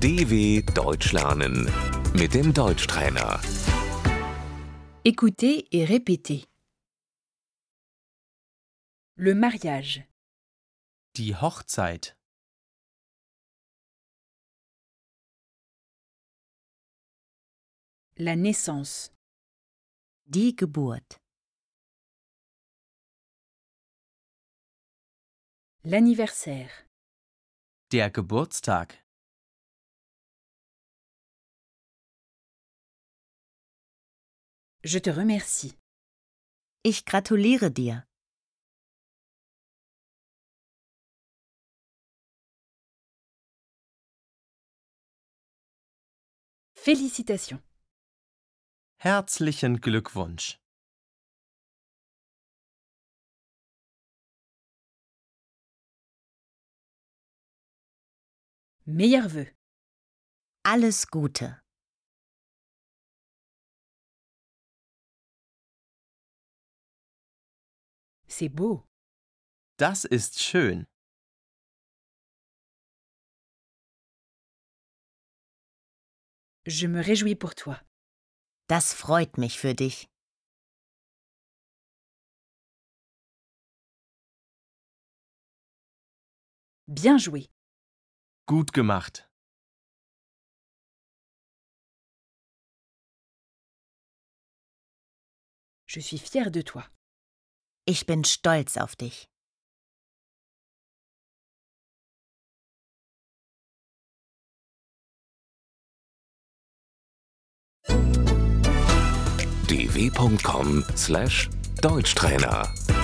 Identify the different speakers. Speaker 1: DW Deutsch lernen mit dem Deutschtrainer.
Speaker 2: Écoutez et répétez. Le mariage,
Speaker 3: Die Hochzeit.
Speaker 2: la naissance. Die Geburt. L'anniversaire,
Speaker 3: Der Geburtstag.
Speaker 2: je te remercie.
Speaker 4: Ich gratuliere dir.
Speaker 2: Félicitations.
Speaker 3: Herzlichen Glückwunsch.
Speaker 2: Meilleurs vœux.
Speaker 4: Alles Gute.
Speaker 2: C'est beau.
Speaker 3: Das ist schön.
Speaker 2: Je me réjouis pour toi.
Speaker 4: Das freut mich für dich.
Speaker 2: Bien joué.
Speaker 3: Gut gemacht.
Speaker 2: Je suis fière de toi.
Speaker 4: Ich bin stolz auf dich.
Speaker 1: dw.com/deutschtrainer